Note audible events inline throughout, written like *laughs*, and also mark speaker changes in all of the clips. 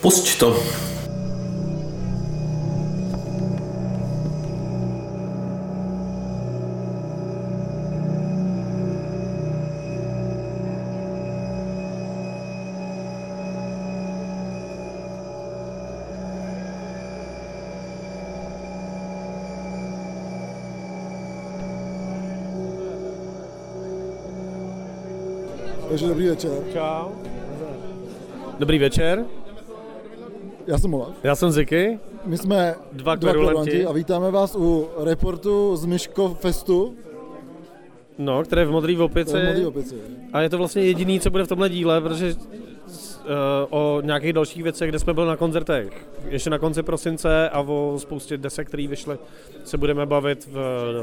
Speaker 1: Pusť to.
Speaker 2: Takže dobrý večer.
Speaker 3: Čau. Dobrý večer,
Speaker 2: Já jsem Olaf.
Speaker 3: já jsem Ziky.
Speaker 2: My jsme
Speaker 3: Dva kverulanti.
Speaker 2: kverulanti a vítáme vás u reportu z Myško Festu.
Speaker 3: No, které je v modrý
Speaker 2: To
Speaker 3: opici.
Speaker 2: je modrý opici.
Speaker 3: A je to vlastně jediný, co bude v tomhle díle, protože s- eh, o nějakých dalších věcech, kde jsme byli na koncertech. Ještě na konci prosince a o spoustě desek, který vyšly, se budeme bavit v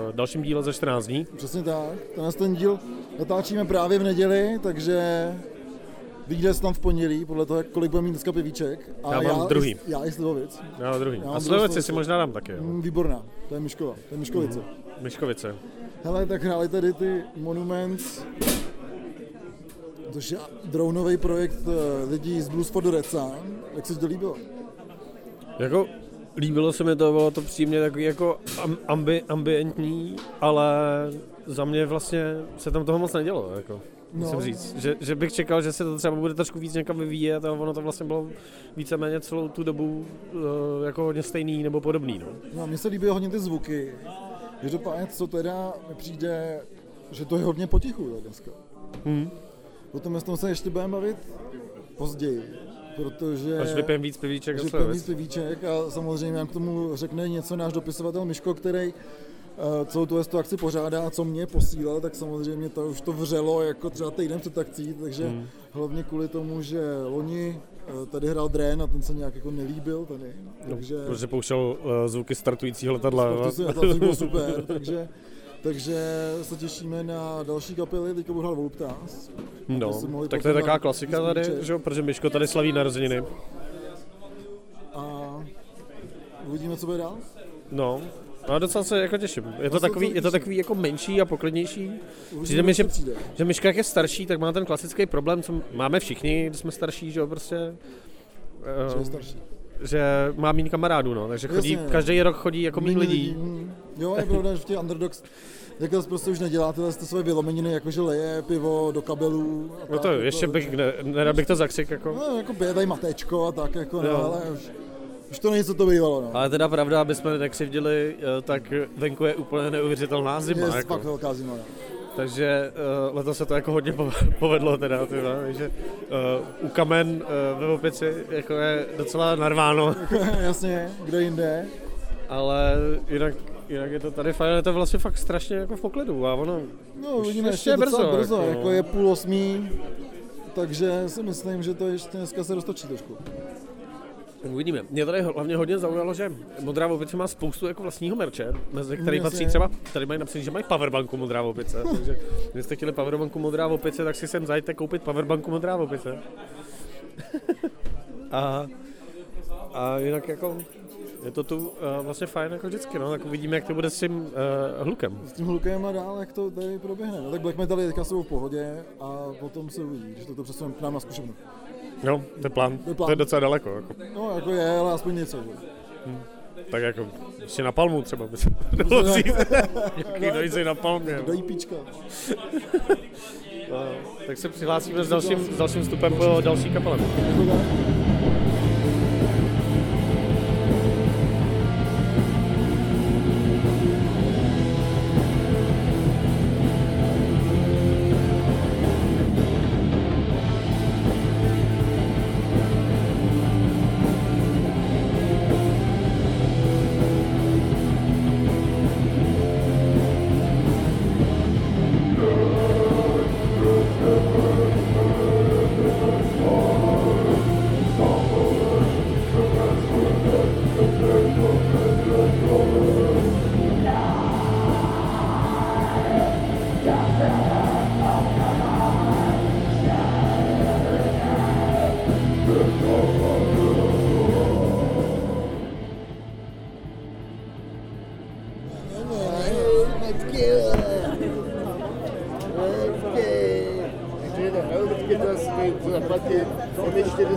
Speaker 3: eh, dalším díle za 14 dní.
Speaker 2: Přesně tak. Tenhle ten díl natáčíme právě v neděli, takže vyjde snad v pondělí, podle toho, jak kolik bude mít dneska pivíček. A
Speaker 3: Já mám
Speaker 2: i-
Speaker 3: druhý.
Speaker 2: Já i Slivovic.
Speaker 3: Na druhý.
Speaker 2: Já mám
Speaker 3: A Slovici
Speaker 2: dost-
Speaker 3: si možná dám taky, jo.
Speaker 2: Mm, Výborná, to je Myškova, to je Myškovice.
Speaker 3: Myškovice.
Speaker 2: Hele, tak hráli tady ty Monument, což je dronový projekt eh, lidí z Blues for the Red Sun. Jak se ti to líbilo?
Speaker 3: Jako líbilo se mi to, bylo to příjemně takový jako am, ambi, ambientní, ale za mě vlastně se tam toho moc nedělo, jako. Musím
Speaker 2: No.
Speaker 3: říct, že, že, bych čekal, že se to třeba bude trošku víc někam vyvíjet, ale ono to vlastně bylo víceméně celou tu dobu eh, jako hodně stejný nebo podobný. No.
Speaker 2: No, mně se líbí hodně ty zvuky. Každopádně, co teda mi přijde, že to je hodně potichu tady dneska.
Speaker 3: Hmm.
Speaker 2: O tom tom se ještě budeme bavit později, protože...
Speaker 3: Až vypijem víc pivíček a
Speaker 2: že
Speaker 3: slivec.
Speaker 2: plný pivíček a samozřejmě nám k tomu řekne něco náš dopisovatel Miško, který eh, celou tu tu akci pořádá a co mě posílal, tak samozřejmě to už to vřelo jako třeba týden před akcí, takže hmm. hlavně kvůli tomu, že loni eh, tady hrál Drén a ten se nějak jako nelíbil tady, takže...
Speaker 3: No, Protože pouštěl eh, zvuky startujícího letadla.
Speaker 2: Tak to
Speaker 3: jo.
Speaker 2: se na to což bylo super, takže, takže se těšíme na další kapely, teďka budu hrát Voluptas. to si
Speaker 3: *laughs* No,
Speaker 2: mohli
Speaker 3: tak to je
Speaker 2: poslat
Speaker 3: taková
Speaker 2: na
Speaker 3: klasika tady,
Speaker 2: pivíček.
Speaker 3: že? jo, protože Myško tady slaví narozeniny.
Speaker 2: a uvidíme, co bude dál.
Speaker 3: No, ale docela se jako těším. Je to,
Speaker 2: se
Speaker 3: takový,
Speaker 2: docela
Speaker 3: je to
Speaker 2: těším.
Speaker 3: takový jako menší a poklidnější.
Speaker 2: Uvidíme,
Speaker 3: Přijde mi,
Speaker 2: co
Speaker 3: že,
Speaker 2: přijde.
Speaker 3: že Myška, jak je starší, tak má ten klasický problém, co máme všichni, když jsme starší, že jo, prostě.
Speaker 2: Že je
Speaker 3: ehm,
Speaker 2: starší.
Speaker 3: že má méně kamarádů, no, takže chodí,
Speaker 2: Jasně.
Speaker 3: každý rok chodí jako méně
Speaker 2: Méně
Speaker 3: lidí.
Speaker 2: mm. Jo, je pravda, že v těch underdogs takhle prostě už nedělá tyhle ty své vylomeniny, jakože leje pivo do kabelů. A
Speaker 3: No
Speaker 2: tak, jako
Speaker 3: to ještě bych, ne, nerad bych to zakřik, jako.
Speaker 2: No, jako pije tady matečko a tak, jako no,
Speaker 3: Jo.
Speaker 2: ale už, už to není, co to bývalo, no.
Speaker 3: Ale teda pravda, aby jsme nekřivdili, eh, tak venku je úplně neuvěřitelná
Speaker 2: Je
Speaker 3: zima,
Speaker 2: fakt
Speaker 3: jako.
Speaker 2: velká zima, no. *laughs*
Speaker 3: Takže uh, letos se to jako hodně po- *laughs* povedlo teda, tyhle, že uh, u kamen uh, ve Opici jako je docela narváno.
Speaker 2: Jasně, kde jinde.
Speaker 3: Ale jinak, jinak je to tady fajn, je to vlastně fakt strašně jako v poklidu a ono,
Speaker 2: No,
Speaker 3: Už
Speaker 2: uvidíme ještě,
Speaker 3: ještě je
Speaker 2: docela
Speaker 3: brzo,
Speaker 2: brzo,
Speaker 3: jako,
Speaker 2: jako,
Speaker 3: no.
Speaker 2: jako je půl osmý, takže si myslím, že to ještě dneska se roztočí trošku.
Speaker 3: uvidíme. Mě tady hlavně hodně zaujalo, že Modrá Vopice má spoustu jako vlastního merče, mezi který
Speaker 2: Jasně.
Speaker 3: patří třeba, tady mají napsané, že mají powerbanku Modrá Vopice, *laughs* takže kdybyste chtěli powerbanku Modrá Vopice, tak si sem zajďte koupit powerbanku Modrá Vopice. *laughs* a, a jinak jako je to tu uh, vlastně fajn jako vždycky, no, tak uvidíme, jak to bude s tím uh, hlukem.
Speaker 2: S tím hlukem a dál, jak to tady proběhne. No, tak Black Metal je teďka jsou v pohodě a potom se uvidí, když to, to přesuneme k nám na zkušebnu.
Speaker 3: No, to je plán,
Speaker 2: je
Speaker 3: to
Speaker 2: plán.
Speaker 3: je docela daleko, jako.
Speaker 2: No, jako je, ale aspoň něco. Že?
Speaker 3: Tak jako si na palmu třeba by se *laughs* dalo vzít. Jaký No, dojít si na palmě. jo.
Speaker 2: Dají E píčka.
Speaker 3: No, tak se přihlásíme s dalším, s dalším vstupem po další kapele.
Speaker 2: Jako tak.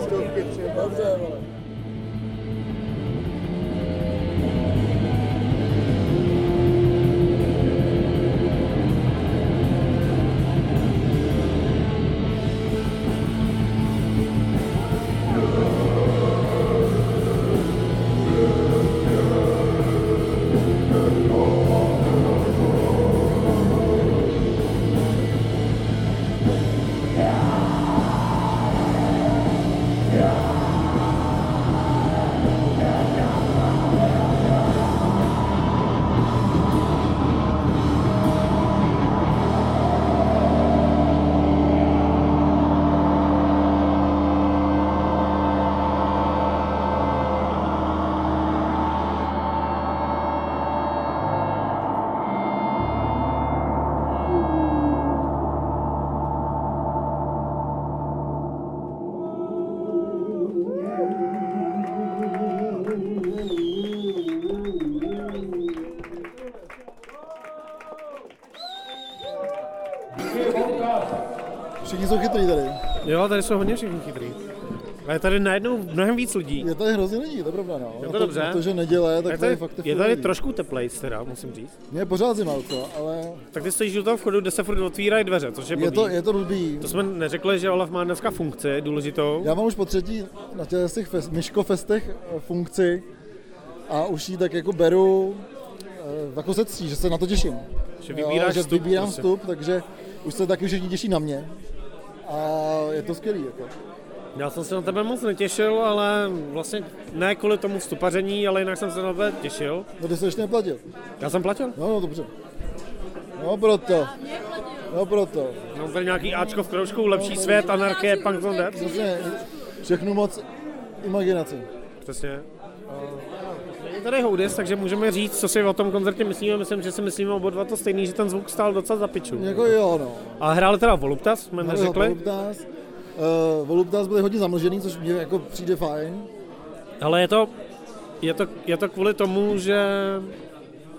Speaker 2: vole. Všichni jsou chytrý tady.
Speaker 3: Jo, tady jsou hodně všichni chytrý. A je tady najednou mnohem víc lidí.
Speaker 2: Je tady hrozně lidí, to je pravda, no. Je
Speaker 3: to dobře.
Speaker 2: Na to, že neděle, tak
Speaker 3: Je
Speaker 2: tady
Speaker 3: tady,
Speaker 2: fakt
Speaker 3: je
Speaker 2: furt
Speaker 3: tady
Speaker 2: lidí.
Speaker 3: trošku teplejc teda, musím říct.
Speaker 2: Mě je pořád zima, co, ale
Speaker 3: Tak ty stojíš u toho vchodu, kde se furt otvírají dveře, což je,
Speaker 2: je to,
Speaker 3: blbý.
Speaker 2: je to blbý.
Speaker 3: To jsme neřekli, že Olaf má dneska funkci důležitou.
Speaker 2: Já mám už po třetí na těch těch fest, myškofestech eh, funkci a už ji tak jako beru eh, jako se ctí, že se na to těším.
Speaker 3: Že vybíráš
Speaker 2: že
Speaker 3: vstup
Speaker 2: vybírám
Speaker 3: prostě.
Speaker 2: vstup, takže už se taky všichni těší na mě. A je to skvělý, jako.
Speaker 3: Já jsem se na tebe moc netěšil, ale vlastně ne kvůli tomu stupaření, ale jinak jsem se na tebe těšil.
Speaker 2: No ty jsi ještě neplatil.
Speaker 3: Já jsem platil.
Speaker 2: No, no, dobře. No proto. No proto.
Speaker 3: Mám tady nějaký Ačko v kroužku, lepší svět, anarchie, punk on dead.
Speaker 2: Přesně, všechno Prostě moc imaginaci.
Speaker 3: Přesně. Je tady Houdis, takže můžeme říct, co si o tom koncertě myslíme. Myslím, že si myslíme oba dva to stejný, že ten zvuk stál docela za piču.
Speaker 2: Jako jo, no.
Speaker 3: A hráli teda Voluptas, jsme neřekli,
Speaker 2: Voluptas. Uh, Voluptas byly hodně zamlžený, což mě jako přijde fajn.
Speaker 3: ale je to, je to, je to kvůli tomu, že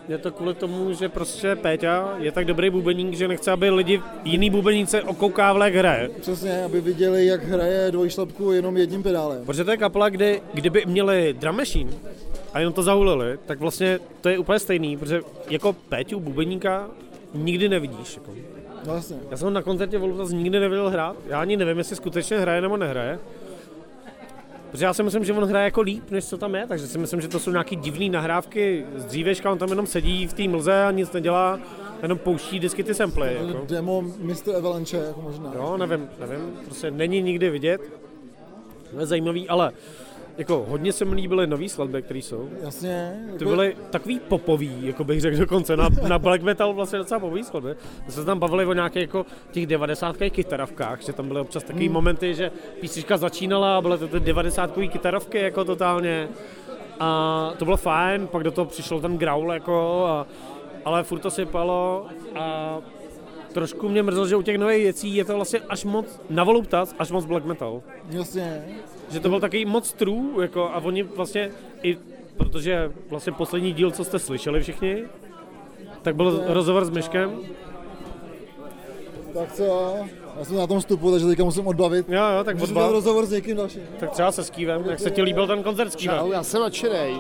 Speaker 3: je to kvůli tomu, že prostě Péťa je tak dobrý bubeník, že nechce, aby lidi jiný bubeníce okoukávali, jak hraje.
Speaker 2: Přesně, aby viděli, jak hraje dvojšlapku jenom jedním pedálem.
Speaker 3: Protože to je kapela, kdy, kdyby měli drum machine a jenom to zahulili, tak vlastně to je úplně stejný, protože jako Péťu bubeníka nikdy nevidíš. Jako.
Speaker 2: No jasně.
Speaker 3: Já jsem ho na koncertě Voluptas nikdy neviděl hrát. Já ani nevím, jestli skutečně hraje nebo nehraje. Protože já si myslím, že on hraje jako líp, než co tam je, takže si myslím, že to jsou nějaký divné nahrávky z dřívěžka, on tam jenom sedí v té mlze a nic nedělá, jenom pouští vždycky ty samply. Jako.
Speaker 2: Demo Mr. Avalanche, jako možná.
Speaker 3: Jo, nevím, nevím, prostě není nikdy vidět. To je zajímavý, ale jako hodně se mi líbily nové skladby, které jsou.
Speaker 2: Jasně.
Speaker 3: Ty
Speaker 2: jako-
Speaker 3: byly takový popový, jako bych řekl dokonce, na, na black metal vlastně docela popový skladby. My jsme se tam bavili o nějakých jako těch devadesátkách kytaravkách, že tam byly občas takový momenty, že písnička začínala a byly to ty devadesátkový kytaravky jako totálně. A to bylo fajn, pak do toho přišel ten growl jako, a, ale furt to sypalo a trošku mě mrzlo, že u těch nových věcí je to vlastně až moc, na voluptas, až moc black metal
Speaker 2: Jasně.
Speaker 3: že to byl takový moc true, jako, a oni vlastně i, protože vlastně poslední díl, co jste slyšeli všichni, tak byl rozhovor s Myškem.
Speaker 2: Tak co? Já jsem na tom vstupu, takže teďka musím odbavit.
Speaker 3: Jo, jo, tak
Speaker 2: Můžu dělat
Speaker 3: odba.
Speaker 2: rozhovor s někým dalším.
Speaker 3: Tak třeba se Skívem, jak se ti líbil ten koncert Skívem.
Speaker 1: Čau, já jsem nadšenej.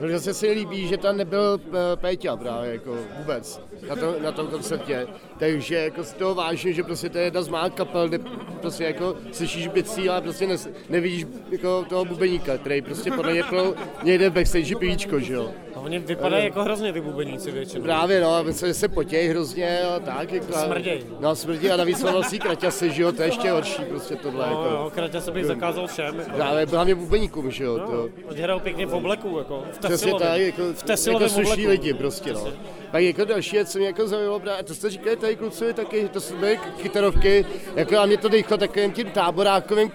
Speaker 1: Hrozně se líbí, že tam nebyl eh, Péťa právě jako vůbec na, to, na tom koncertě. Takže jako z toho vážím, že prostě to je jedna z mála kapel, kde prostě jako slyšíš bicí, ale prostě nes, nevidíš jako toho bubeníka, který prostě podle mě plnou někde v backstage pivíčko, že jo.
Speaker 3: A oni vypadají jako hrozně ty bubeníci většinou.
Speaker 1: Právě no, a myslím, že se potěj hrozně a tak. Jako, a-
Speaker 3: Smrděj.
Speaker 1: No smrdí a navíc on nosí kraťasy, že jo, to je ještě horší prostě tohle.
Speaker 3: No,
Speaker 1: Jako.
Speaker 3: jo, Kraťa se bych zakázal všem. Jako.
Speaker 1: Právě hlavně bubeníkům, že jo. To.
Speaker 3: No, oni hrajou pěkně v obleku, jako v
Speaker 1: Přesně tak,
Speaker 3: Tesilově.
Speaker 1: jako,
Speaker 3: V
Speaker 1: jako
Speaker 3: Tesilově
Speaker 1: sluší lidi prostě, no. Pak jako další věc, co mě jako zaujalo, právě, to jste říkali tady kluci, taky, to jsou byly kytarovky, jako a mě to dýchlo takovým tím táborákovým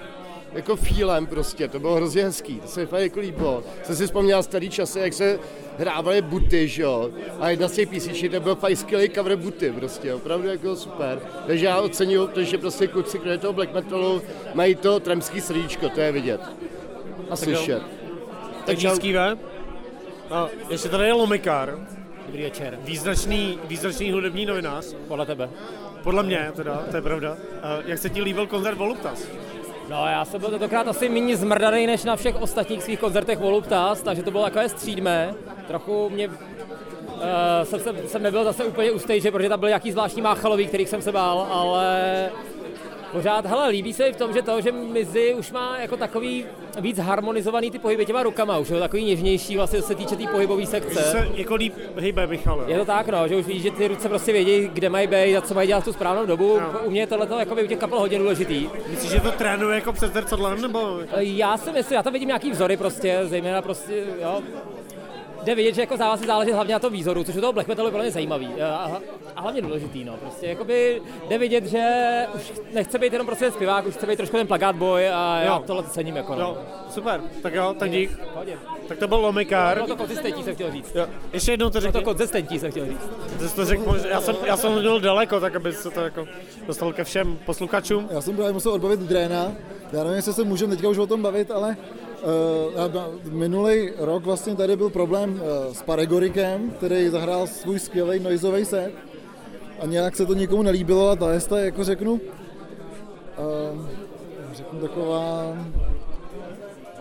Speaker 1: jako fílem prostě, to bylo hrozně hezký, to se mi fakt jako líbilo. Jsem si vzpomněl starý časy, jak se hrávaly buty, že jo, a jedna z těch písniček, to byl fakt skvělý cover buty prostě, opravdu jako super. Takže já oceňuju, protože prostě kluci, kromě toho black metalu, mají to tramský srdíčko, to je vidět a slyšet.
Speaker 3: Takže
Speaker 1: čau.
Speaker 3: Skívem. A ještě No, tady je Lomikár,
Speaker 4: Dobrý večer,
Speaker 3: význačný, význačný hudební novinář.
Speaker 4: podle tebe.
Speaker 3: Podle mě teda, to je pravda. Eh, Jak se ti líbil koncert Voluptas?
Speaker 4: No já jsem byl tentokrát asi méně zmrdaný než na všech ostatních svých koncertech Voluptas, takže to bylo takové střídmé. Trochu mě Uh, jsem, jsem, jsem nebyl zase úplně u stage, protože tam byl nějaký zvláštní máchalový, kterých jsem se bál, ale pořád, hele, líbí se mi v tom, že to, že Mizi už má jako takový víc harmonizovaný ty pohyby těma rukama, už je to takový něžnější vlastně, co se týče té tý pohybové sekce.
Speaker 3: Se jako líp hýbe, Michale.
Speaker 4: Je to tak, no, že už víš, že ty ruce prostě vědí, kde mají být a co mají dělat v tu správnou dobu.
Speaker 3: No.
Speaker 4: U mě je tohle jako u těch kapel hodně důležitý.
Speaker 3: Myslíš, že to trénuje jako před zrcadlem, nebo?
Speaker 4: Eh, Já si myslím, já tam vidím nějaký vzory prostě, zejména prostě, jo. Jde vidět, že jako závazí záleží hlavně na tom výzoru, což u toho black metalu je velmi zajímavý eh, a, a hlavně důležitý, no. Prostě jakoby jde vidět, že už nechce být jenom prostě zpěvák, už chce být trošku ten plakát boy a já
Speaker 3: Jo.
Speaker 4: tohle cením jako,
Speaker 3: Jo,
Speaker 4: no.
Speaker 3: super. Tak jo, tak dík.
Speaker 4: Pohodě.
Speaker 3: Tak to byl Lomikár.
Speaker 4: Bylo to konzistentní, jsem chtěl říct.
Speaker 3: Jo. Ještě jednou to
Speaker 4: Bylo to
Speaker 3: řekni.
Speaker 4: konzistentní, jsem chtěl říct.
Speaker 3: Ty jsi to řekl, já jsem, já jsem byl daleko, tak aby se to jako dostal ke všem posluchačům.
Speaker 2: Já jsem právě musel odbavit Dréna. Já nevím, jestli se můžeme teďka už o tom bavit, ale uh, minulý rok vlastně tady byl problém uh, s Paregorikem, který zahrál svůj skvělý noizový set. A nějak se to nikomu nelíbilo a ta jesta, jako řeknu, uh, řeknu taková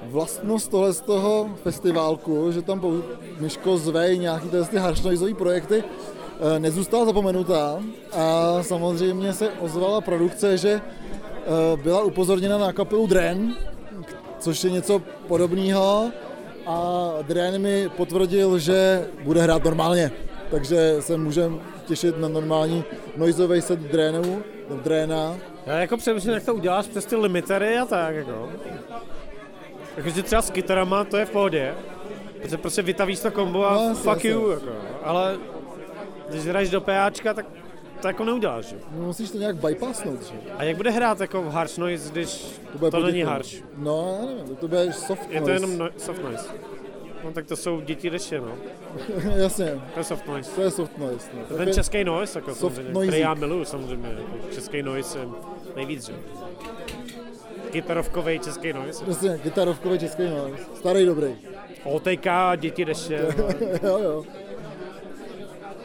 Speaker 2: vlastnost tohle z toho festivalku, že tam pou- Miško zvej nějaký tyhle ty haršnoizový projekty, eh, nezůstala zapomenutá a samozřejmě se ozvala produkce, že eh, byla upozorněna na kapelu Dren, k- což je něco podobného a Dren mi potvrdil, že bude hrát normálně, takže se můžeme těšit na normální noizový set Drenu, Drena.
Speaker 3: Já jako přemýšlím, jak to uděláš přes ty limitery a tak, jako. Jakože třeba s kytarama to je v pohodě. Protože prostě vytavíš to kombo a
Speaker 2: No,
Speaker 3: no,
Speaker 2: jasně,
Speaker 3: fuck you,
Speaker 2: jasně.
Speaker 3: jako. Ale když hraješ do PAčka, tak to jako neuděláš, že?
Speaker 2: Musíš to nějak bypassnout, že?
Speaker 3: A jak bude hrát jako v harsh noise, když to, to
Speaker 2: poděkovat.
Speaker 3: není harsh?
Speaker 2: No, já nevím, to bude soft
Speaker 3: Je to
Speaker 2: noise.
Speaker 3: jenom no, soft noise. No tak to jsou děti deště, no.
Speaker 2: *laughs* Jasně,
Speaker 3: To je soft noise.
Speaker 2: to je soft noise. No.
Speaker 3: To
Speaker 2: Tak
Speaker 3: je
Speaker 2: je-
Speaker 3: ten český noise, jako samozřejmě, který
Speaker 2: noisík.
Speaker 3: já miluju samozřejmě. Jako český noise je nejvíc, že? jo. Kytarovkovej český noise.
Speaker 2: Jasně, Prostě kytarovkový český noise. Starý dobrý. *laughs*
Speaker 3: OTK, děti deště. no.
Speaker 2: jo, jo.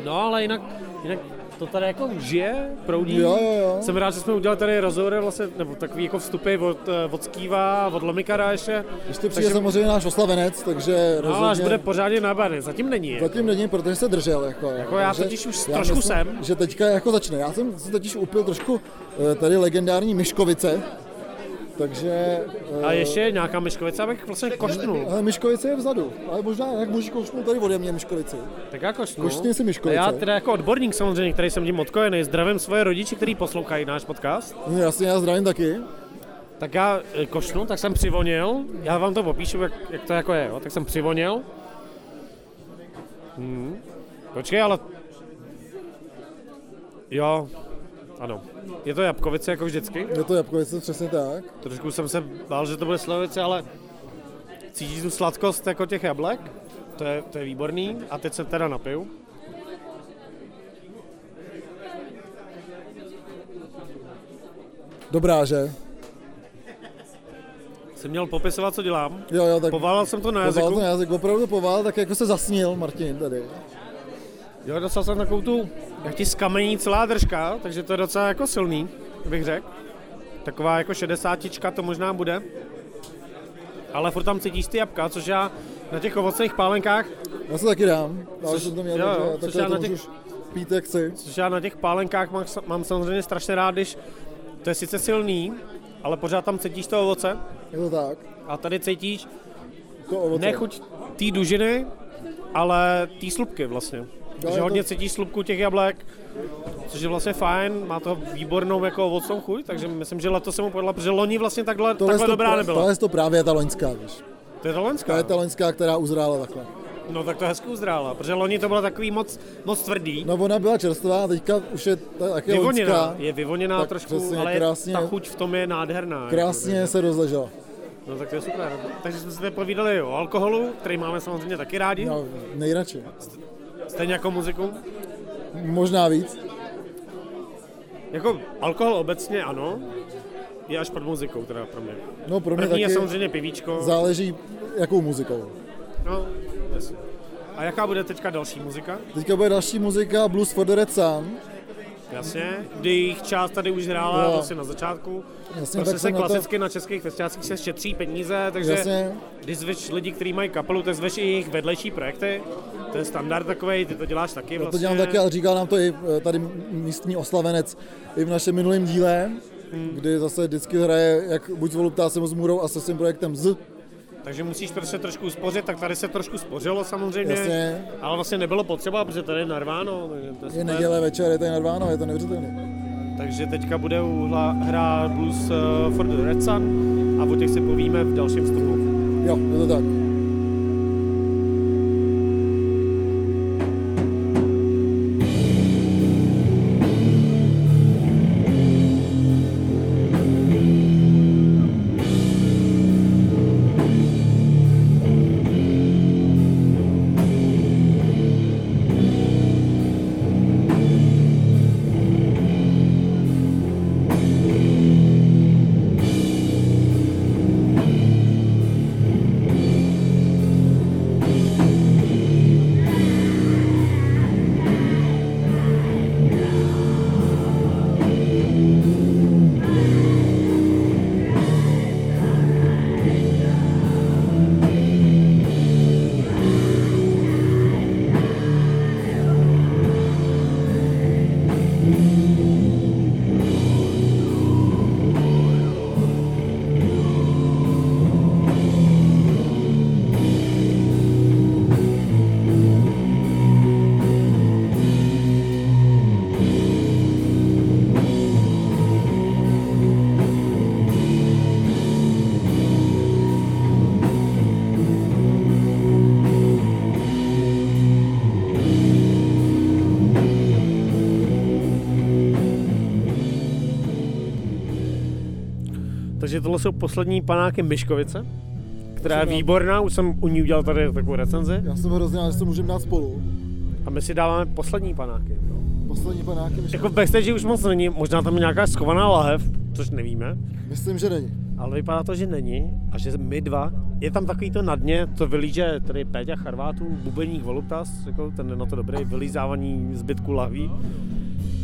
Speaker 3: No ale jinak, jinak to tady jako žije, proudí.
Speaker 2: Jo, jo, jo.
Speaker 3: Jsem rád, že jsme udělali tady rozhovory, vlastně, nebo takový jako vstupy od, eh, od Skýva, od Lomikara ještě.
Speaker 2: Ještě přijde samozřejmě náš oslavenec, takže
Speaker 3: No,
Speaker 2: rozhodně...
Speaker 3: ale až bude pořádně nabalený, zatím není. je.
Speaker 2: Zatím není, protože se držel. Jako, jako
Speaker 3: já totiž už trošku jsem.
Speaker 2: Že teďka jako začne. Já jsem si totiž upil trošku eh, tady legendární Miškovice, takže... eh,
Speaker 3: A ještě nějaká myškovice, abych vlastně koštnul.
Speaker 2: Ale Miškovice je vzadu, ale možná, jak můžu kousnout tady ode mě Miškovici.
Speaker 3: Tak já koštnu.
Speaker 2: Koštni si myškovice.
Speaker 3: Já teda jako odborník samozřejmě, který jsem tím odkojený, zdravím svoje rodiče, kteří poslouchají náš podcast.
Speaker 2: No, Jasně, já zdravím taky.
Speaker 3: Tak já eh, košnu, tak jsem přivonil. Já vám to popíšu, jak, jak to jako je, jo. tak jsem přivonil. Hmm. Počkej, ale... Jo, ano. Je to jabkovice jako vždycky.
Speaker 2: Je to Jabkovice, přesně tak.
Speaker 3: Trošku jsem se bál, že to bude slovice, ale cítíš tu sladkost jako těch jablek. To je, to je výborný. A teď se teda napiju.
Speaker 2: Dobrá, že?
Speaker 3: Jsem měl popisovat, co dělám.
Speaker 2: Jo, jo, tak...
Speaker 3: Poválal jsem to na
Speaker 2: Povál
Speaker 3: jazyku.
Speaker 2: to na jazyk, opravdu povál, tak jako se zasnil Martin tady.
Speaker 3: Jo, dostal jsem takovou tu, jak ti skamení celá držka, takže to je docela jako silný, bych řekl. Taková jako šedesátička to možná bude. Ale furt tam cítíš ty jabka, což já na těch ovocných pálenkách,
Speaker 2: Já se taky dám, ale
Speaker 3: Což-
Speaker 2: jsem to měl,
Speaker 3: jo, jo,
Speaker 2: takže
Speaker 3: což
Speaker 2: takhle
Speaker 3: já
Speaker 2: to
Speaker 3: na
Speaker 2: můžu
Speaker 3: těch-
Speaker 2: už pít jak chci.
Speaker 3: což já na těch pálenkách mám, mám samozřejmě strašně rád, když to je sice silný, ale pořád tam cítíš to ovoce
Speaker 2: Je to tak.
Speaker 3: a tady cítíš
Speaker 2: To ovoce.
Speaker 3: nechuť té dužiny, ale té slupky vlastně.
Speaker 2: je
Speaker 3: Takže
Speaker 2: to-
Speaker 3: hodně cítíš slupku těch jablek, což je vlastně fajn, má to výbornou jako ovocnou chuť, takže myslím, že letos se mu povedla, protože loni vlastně takhle,
Speaker 2: Tohle
Speaker 3: takhle
Speaker 2: to
Speaker 3: dobrá
Speaker 2: pra-
Speaker 3: nebyla.
Speaker 2: Tohle je to právě ta loňská, víš.
Speaker 3: To je ta
Speaker 2: To
Speaker 3: loňská.
Speaker 2: je ta loňská, která uzrála takhle.
Speaker 3: No tak to hezky uzrála, protože loni to bylo takový moc, moc tvrdý.
Speaker 2: No ona byla čerstvá, teďka už je ta, taky
Speaker 3: Vyvoněná,
Speaker 2: loňská.
Speaker 3: je vyvoněná
Speaker 2: Tak
Speaker 3: trošku,
Speaker 2: přesně,
Speaker 3: ale je-
Speaker 2: krásně.
Speaker 3: ta chuť v tom je nádherná.
Speaker 2: Krásně se rozležela.
Speaker 3: Jako. No tak to je super. Takže jsme se povídali o alkoholu, který máme samozřejmě taky rádi,
Speaker 2: No, nejradši.
Speaker 3: stejně jako muziku.
Speaker 2: Možná víc.
Speaker 3: Jako alkohol obecně ano, je až pod muzikou teda pro mě.
Speaker 2: No pro mě
Speaker 3: První je
Speaker 2: taky
Speaker 3: samozřejmě pivíčko.
Speaker 2: záleží jakou muzikou.
Speaker 3: No, jasně. A jaká bude teďka další muzika?
Speaker 2: Teďka bude další muzika Blues for the Red Sun.
Speaker 3: Jasně, kdy jejich část tady už hrála
Speaker 2: Jo.
Speaker 3: no. vlastně na začátku.
Speaker 2: Jasně,
Speaker 3: Prostě
Speaker 2: tak
Speaker 3: se
Speaker 2: jsem na to-
Speaker 3: klasicky na českých festiácích se šetří peníze, takže
Speaker 2: Jasně.
Speaker 3: když zveš lidi, kteří mají kapelu, tak zveš i jejich vedlejší projekty. To je standard takový, ty to děláš taky
Speaker 2: Já to
Speaker 3: vlastně.
Speaker 2: dělám taky, ale říkal nám to i eh, tady místní oslavenec i v našem minulém díle,
Speaker 3: Hmm.
Speaker 2: kdy zase vždycky hraje jak buď s Voluptásem s Můrou a se svým projektem Z.
Speaker 3: Takže musíš prostě trošku spořit, tak tady se trošku spořilo samozřejmě.
Speaker 2: Jasně.
Speaker 3: Ale vlastně nebylo potřeba, protože tady je narváno. Takže, to je
Speaker 2: Je
Speaker 3: super.
Speaker 2: neděle večer, je tady nadváno, je to neuvěřitelné.
Speaker 3: takže teďka bude uhla, hrát Blues eh, for the Red Sun a o těch si povíme v dalším vstupu.
Speaker 2: Jo, je to tak.
Speaker 3: Takže tohle jsou poslední panáky Myškovice, která je výborná, už jsem u ní udělal tady takovou recenzi.
Speaker 2: Já jsem hrozně rád, že se můžeme dát spolu.
Speaker 3: A my si dáváme poslední panáky.
Speaker 2: Poslední panáky, myš-
Speaker 3: Jako v backstage už moc není, možná tam je nějaká schovaná lahev, což nevíme,
Speaker 2: myslím, že není.
Speaker 3: ale vypadá to, že není a že my dva, je tam takový to na dně, to vylíže tady Péťa Charvátů, bubeník Voluptas, jako ten je na to dobrý, vylízávání zbytku lahví,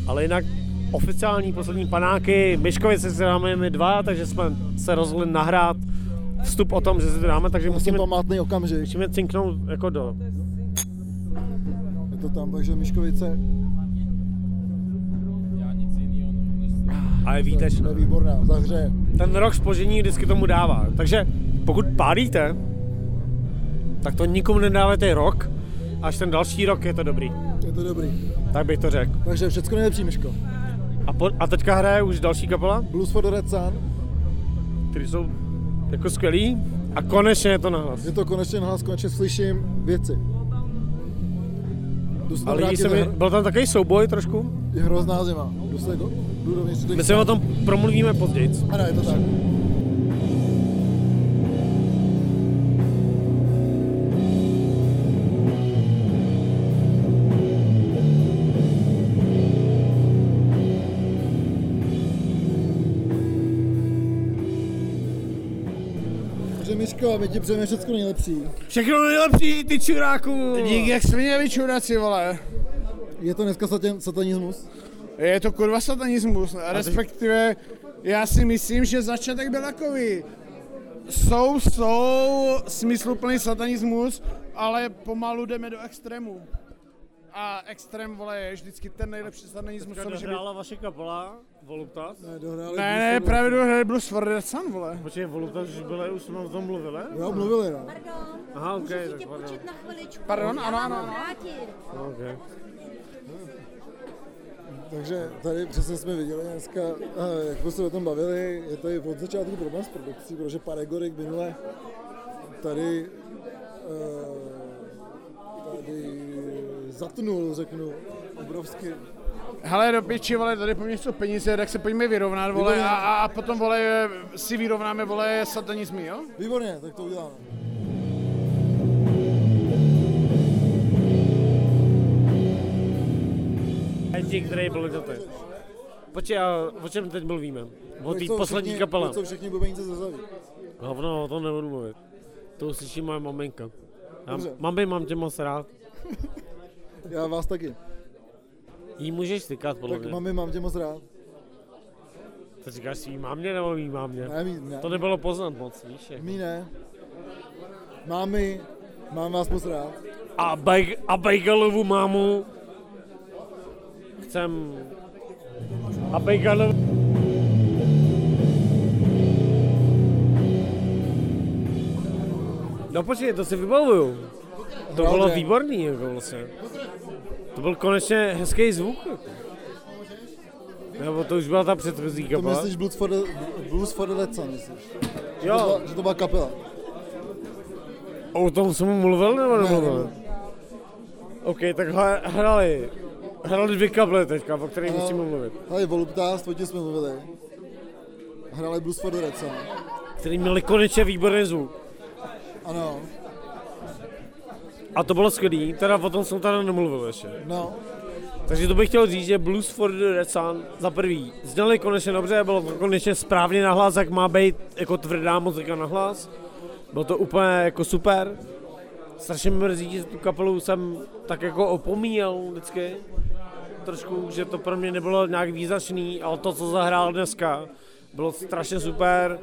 Speaker 3: ale jinak oficiální poslední panáky, Myškovice si dáme my dva, takže jsme se rozhodli nahrát vstup o tom, že si to dáme, takže
Speaker 2: Já jsem
Speaker 3: musíme
Speaker 2: památný okamžik,
Speaker 3: Musíme cinknout jako do...
Speaker 2: je to tam, takže Miškovice
Speaker 3: A je výtečné.
Speaker 2: je výborná, zahřeje.
Speaker 3: Ten rok spožení vždycky tomu dává. Takže pokud pálíte, tak to nikomu nedávajte rok, až ten další rok je to dobrý.
Speaker 2: Je to dobrý.
Speaker 3: Tak bych to řekl.
Speaker 2: Takže všechno nejlepší, Miško.
Speaker 3: A, po, a teďka hraje už další kapela,
Speaker 2: Blues for the Red Sun,
Speaker 3: které jsou jako skvělý. A konečně je to nahlas.
Speaker 2: je to konečně hlas, konečně slyším věci. Jdu se
Speaker 3: A
Speaker 2: tam
Speaker 3: lidi
Speaker 2: vrátit,
Speaker 3: se mi,
Speaker 2: je hro-
Speaker 3: byl tam takový souboj trošku.
Speaker 2: je hrozná zima. Jdu se do, jdu dovnitř. jdu-
Speaker 3: My se o tom promluvíme později.
Speaker 2: Ano, je to tak. Takže Miško, my ti přejeme všechno nejlepší.
Speaker 3: Všechno nejlepší, ty čuráku!
Speaker 5: Dík jak svině vyčuraci, vole.
Speaker 2: Je to dneska satan- satanismus?
Speaker 5: Je to kurva satanismus, respektive já si myslím, že začátek byl takový. Jsou, jsou smysluplný satanismus, ale pomalu jdeme do extrému. A extrém, vole, je vždycky ten nejlepší satanismus. co může být.
Speaker 3: vaše kapela, Voluptas?
Speaker 2: dohráli
Speaker 5: Ne, ne, právě do hry Blues for the Sun, vole.
Speaker 3: Počkej, Voluptas už byla, už jsme o tom mluvili?
Speaker 2: Jo, mluvili, no.
Speaker 6: Pardon,
Speaker 3: Aha, ok, tak
Speaker 6: tě
Speaker 3: pardon.
Speaker 6: počít na chviličku.
Speaker 5: Pardon,
Speaker 6: Já
Speaker 5: ano,
Speaker 6: vám
Speaker 5: ano,
Speaker 6: ho
Speaker 5: ano.
Speaker 6: vrátím.
Speaker 3: Okay.
Speaker 2: Takže tady přesně jsme viděli dneska, eh, jak jsme se o tom bavili, je tady od začátku problém s produkcí, protože Paregorik minule tady, eh, tady zatnul, řeknu, obrovsky.
Speaker 5: Hele, do piči, vole, tady po mně jsou peníze, tak se pojďme vyrovnat, vole, a, a, a potom, vole, si vyrovnáme, vole, satanismy, jo?
Speaker 2: Výborně, tak to uděláme.
Speaker 3: Ti, který byl kdo teď. Počkej, a o čem teď mluvíme? O té
Speaker 2: Proč jsou
Speaker 3: poslední
Speaker 2: všichni-
Speaker 3: kapele.
Speaker 2: proč jsou všichni bubeníci ze Zaví.
Speaker 3: Hovno, o tom nebudu mluvit. To uslyší moje maminka. Já,
Speaker 2: Dobře.
Speaker 3: mami, mám tě moc rád.
Speaker 2: Já vás taky.
Speaker 3: Jí můžeš stykat, podle
Speaker 2: Tak
Speaker 3: mě.
Speaker 2: mami, mám tě moc rád.
Speaker 3: To říkáš svý mámě nebo mý mámě?
Speaker 2: Ne, mý, ne.
Speaker 3: To nebylo poznat moc, víš? Jako.
Speaker 2: Mí ne. Mámy, mám vás moc rád.
Speaker 3: A, baj, a Bajgalovu mámu chcem... A Bajgalovu... No počkej, to si vybavuju. To bylo
Speaker 2: Dobře.
Speaker 3: výborný, jako vlastně. To byl konečně hezký zvuk. Jako. Nebo to už byla ta předchozí
Speaker 2: To
Speaker 3: kapela?
Speaker 2: myslíš Blues for the, Blues for the Dead Sun, myslíš? To
Speaker 3: Jo,
Speaker 2: byla, že to byla kapela.
Speaker 3: o tom jsem mu mluvil nebo nemluvil?
Speaker 2: ne.
Speaker 3: OK, tak hla- hrali. Hrali dvě kaple teďka, o kterých
Speaker 2: No.
Speaker 3: musíme mluvit.
Speaker 2: Hej, Voluptas, o ti jsme mluvili. Hráli Blues for the Dead Sun.
Speaker 3: Který měli konečně výborný zvuk.
Speaker 2: Ano,
Speaker 3: A to bylo skvělý, teda o tom jsem tady nemluvil ještě.
Speaker 2: no.
Speaker 3: Takže to bych chtěl říct, že Blues for the Red Sun za prvý zněli konečně dobře, bylo to konečně správně nahlas, jak má být jako tvrdá muzika nahlas. Bylo to úplně jako super. Strašně mi mrzí, že tu kapelu jsem tak jako opomíjel vždycky. Trošku, že to pro mě nebylo nějak význačný, ale to, co zahrál dneska, bylo strašně super.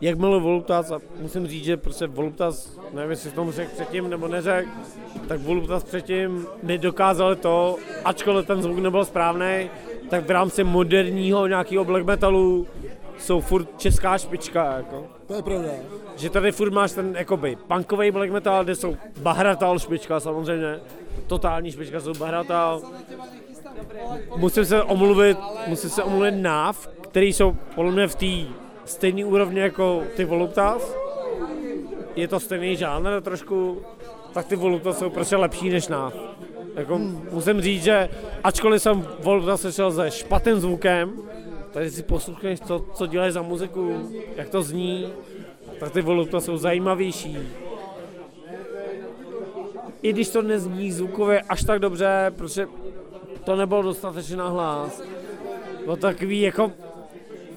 Speaker 3: Jakmile Voluptas, a musím říct, že prostě Voluptas, nevím, jestli tomu řekl předtím nebo neřekl, tak Voluptas předtím nedokázali to, ačkoliv ten zvuk nebyl správný, tak v rámci moderního nějakého black metalu jsou furt česká špička, jako.
Speaker 2: To je pravda.
Speaker 3: Že tady furt máš ten, jakoby, punkový black metal, kde jsou Bahratal špička samozřejmě, totální špička jsou Bahratal. Musím se omluvit, musím se omluvit NAV, který jsou podle mě v té stejné úrovni jako ty Voluptas. Je to stejný žánr trošku, tak ty Voluptas jsou prostě lepší než NAV. Jako, musím říct, že ačkoliv jsem Voluptas sešel se špatným zvukem, takže si poslouchneš, co, co dělají za muziku, jak to zní, tak ty volupta jsou zajímavější. I když to nezní zvukově až tak dobře, protože to nebylo dostatečně na hlas. No takový jako,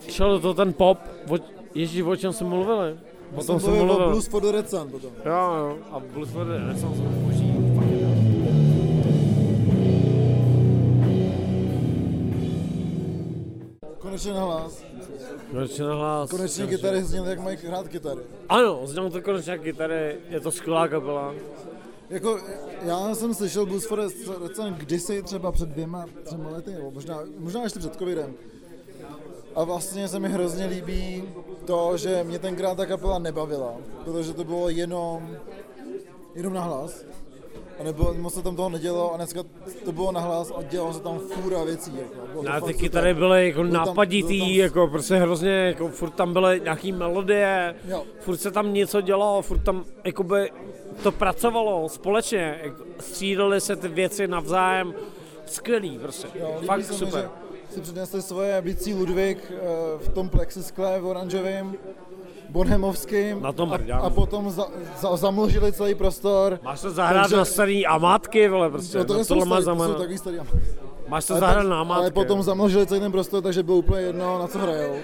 Speaker 3: šel do toho ten pop, o, ježíš, o čem jsme mluvili? O
Speaker 2: To
Speaker 3: tom jsem
Speaker 2: bylo
Speaker 3: mluvil. jako
Speaker 2: Blues for the Red Sun potom.
Speaker 3: Jo, jo, a Blues for the Renaissance jsou boží. fakt je to.
Speaker 2: Konečně na hlas.
Speaker 3: Konečně na hlas.
Speaker 2: Konečně kytary zněly, jak mají hrát kytary.
Speaker 3: Ano, znám to konečně jak kytary, je to skvělá kapela.
Speaker 2: Jako, já jsem slyšel Blues for the Red Sun kdysi třeba před dvěma, třema lety, nebo možná, možná ještě před covidem. A vlastně se mi hrozně líbí to, že mě tenkrát ta kapela nebavila, protože to bylo jenom, jenom na hlas. A nebo moc se tam toho nedělo a dneska to bylo na hlas a dělalo se tam fůra věcí. Jako. Bylo to
Speaker 3: No, a
Speaker 2: fakt
Speaker 3: ty
Speaker 2: super.
Speaker 3: kytary byly jako
Speaker 2: Byl tam- byl
Speaker 3: nápaditý,
Speaker 2: tam-
Speaker 3: jako prostě hrozně, jako furt tam byly nějaký melodie,
Speaker 2: Jo.
Speaker 3: furt se tam něco dělo, furt tam jakoby to pracovalo společně, jako střídali se ty věci navzájem, skvělý prostě,
Speaker 2: Jo, líbí
Speaker 3: fakt
Speaker 2: se mi,
Speaker 3: super.
Speaker 2: že si přinesli svoje bicí Ludvík eh, v tom plexiskle v oranžovém, bonhemovském
Speaker 3: Na tom
Speaker 2: a,
Speaker 3: brďáku.
Speaker 2: a potom za, za, zamlžili celý prostor.
Speaker 3: Máš to zahrát
Speaker 2: Takže-
Speaker 3: na starý amátky, vole, prostě,
Speaker 2: No,
Speaker 3: no,
Speaker 2: tohle jsou
Speaker 3: tohle má
Speaker 2: starý- to
Speaker 3: znamená.
Speaker 2: jsou takový starý
Speaker 3: Máš to
Speaker 2: ale,
Speaker 3: zahrát
Speaker 2: pak-
Speaker 3: na amátky.
Speaker 2: ale potom zamlžili celý ten prostor, takže bylo úplně jedno, na co hrajou.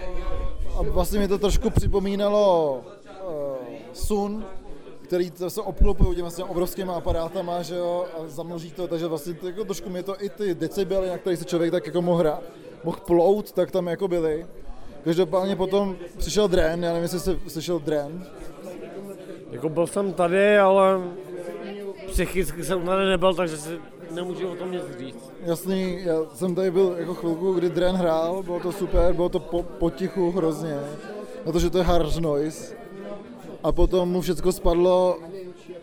Speaker 2: A vlastně mi to trošku připomínalo eh, Sun, který to se obklopují těma těma obrovskýma aparátama, že jo, a zamlží to, takže vlastně to, jako trošku mi to i ty decibely, na kterých se člověk tak jako mohl hrát, mohl plout, tak tam jako byly. Každopádně potom přišel Dren, já nevím, jestli jsi slyšel Dren.
Speaker 3: Jako byl jsem tady, ale psychicky jsem tady nebyl, takže si nemůžu o tom nic říct.
Speaker 2: Jasný, já jsem tady byl jako chvilku, kdy Dren hrál, bylo to super, bylo to po, potichu hrozně, protože to je hard noise. A potom mu všechno spadlo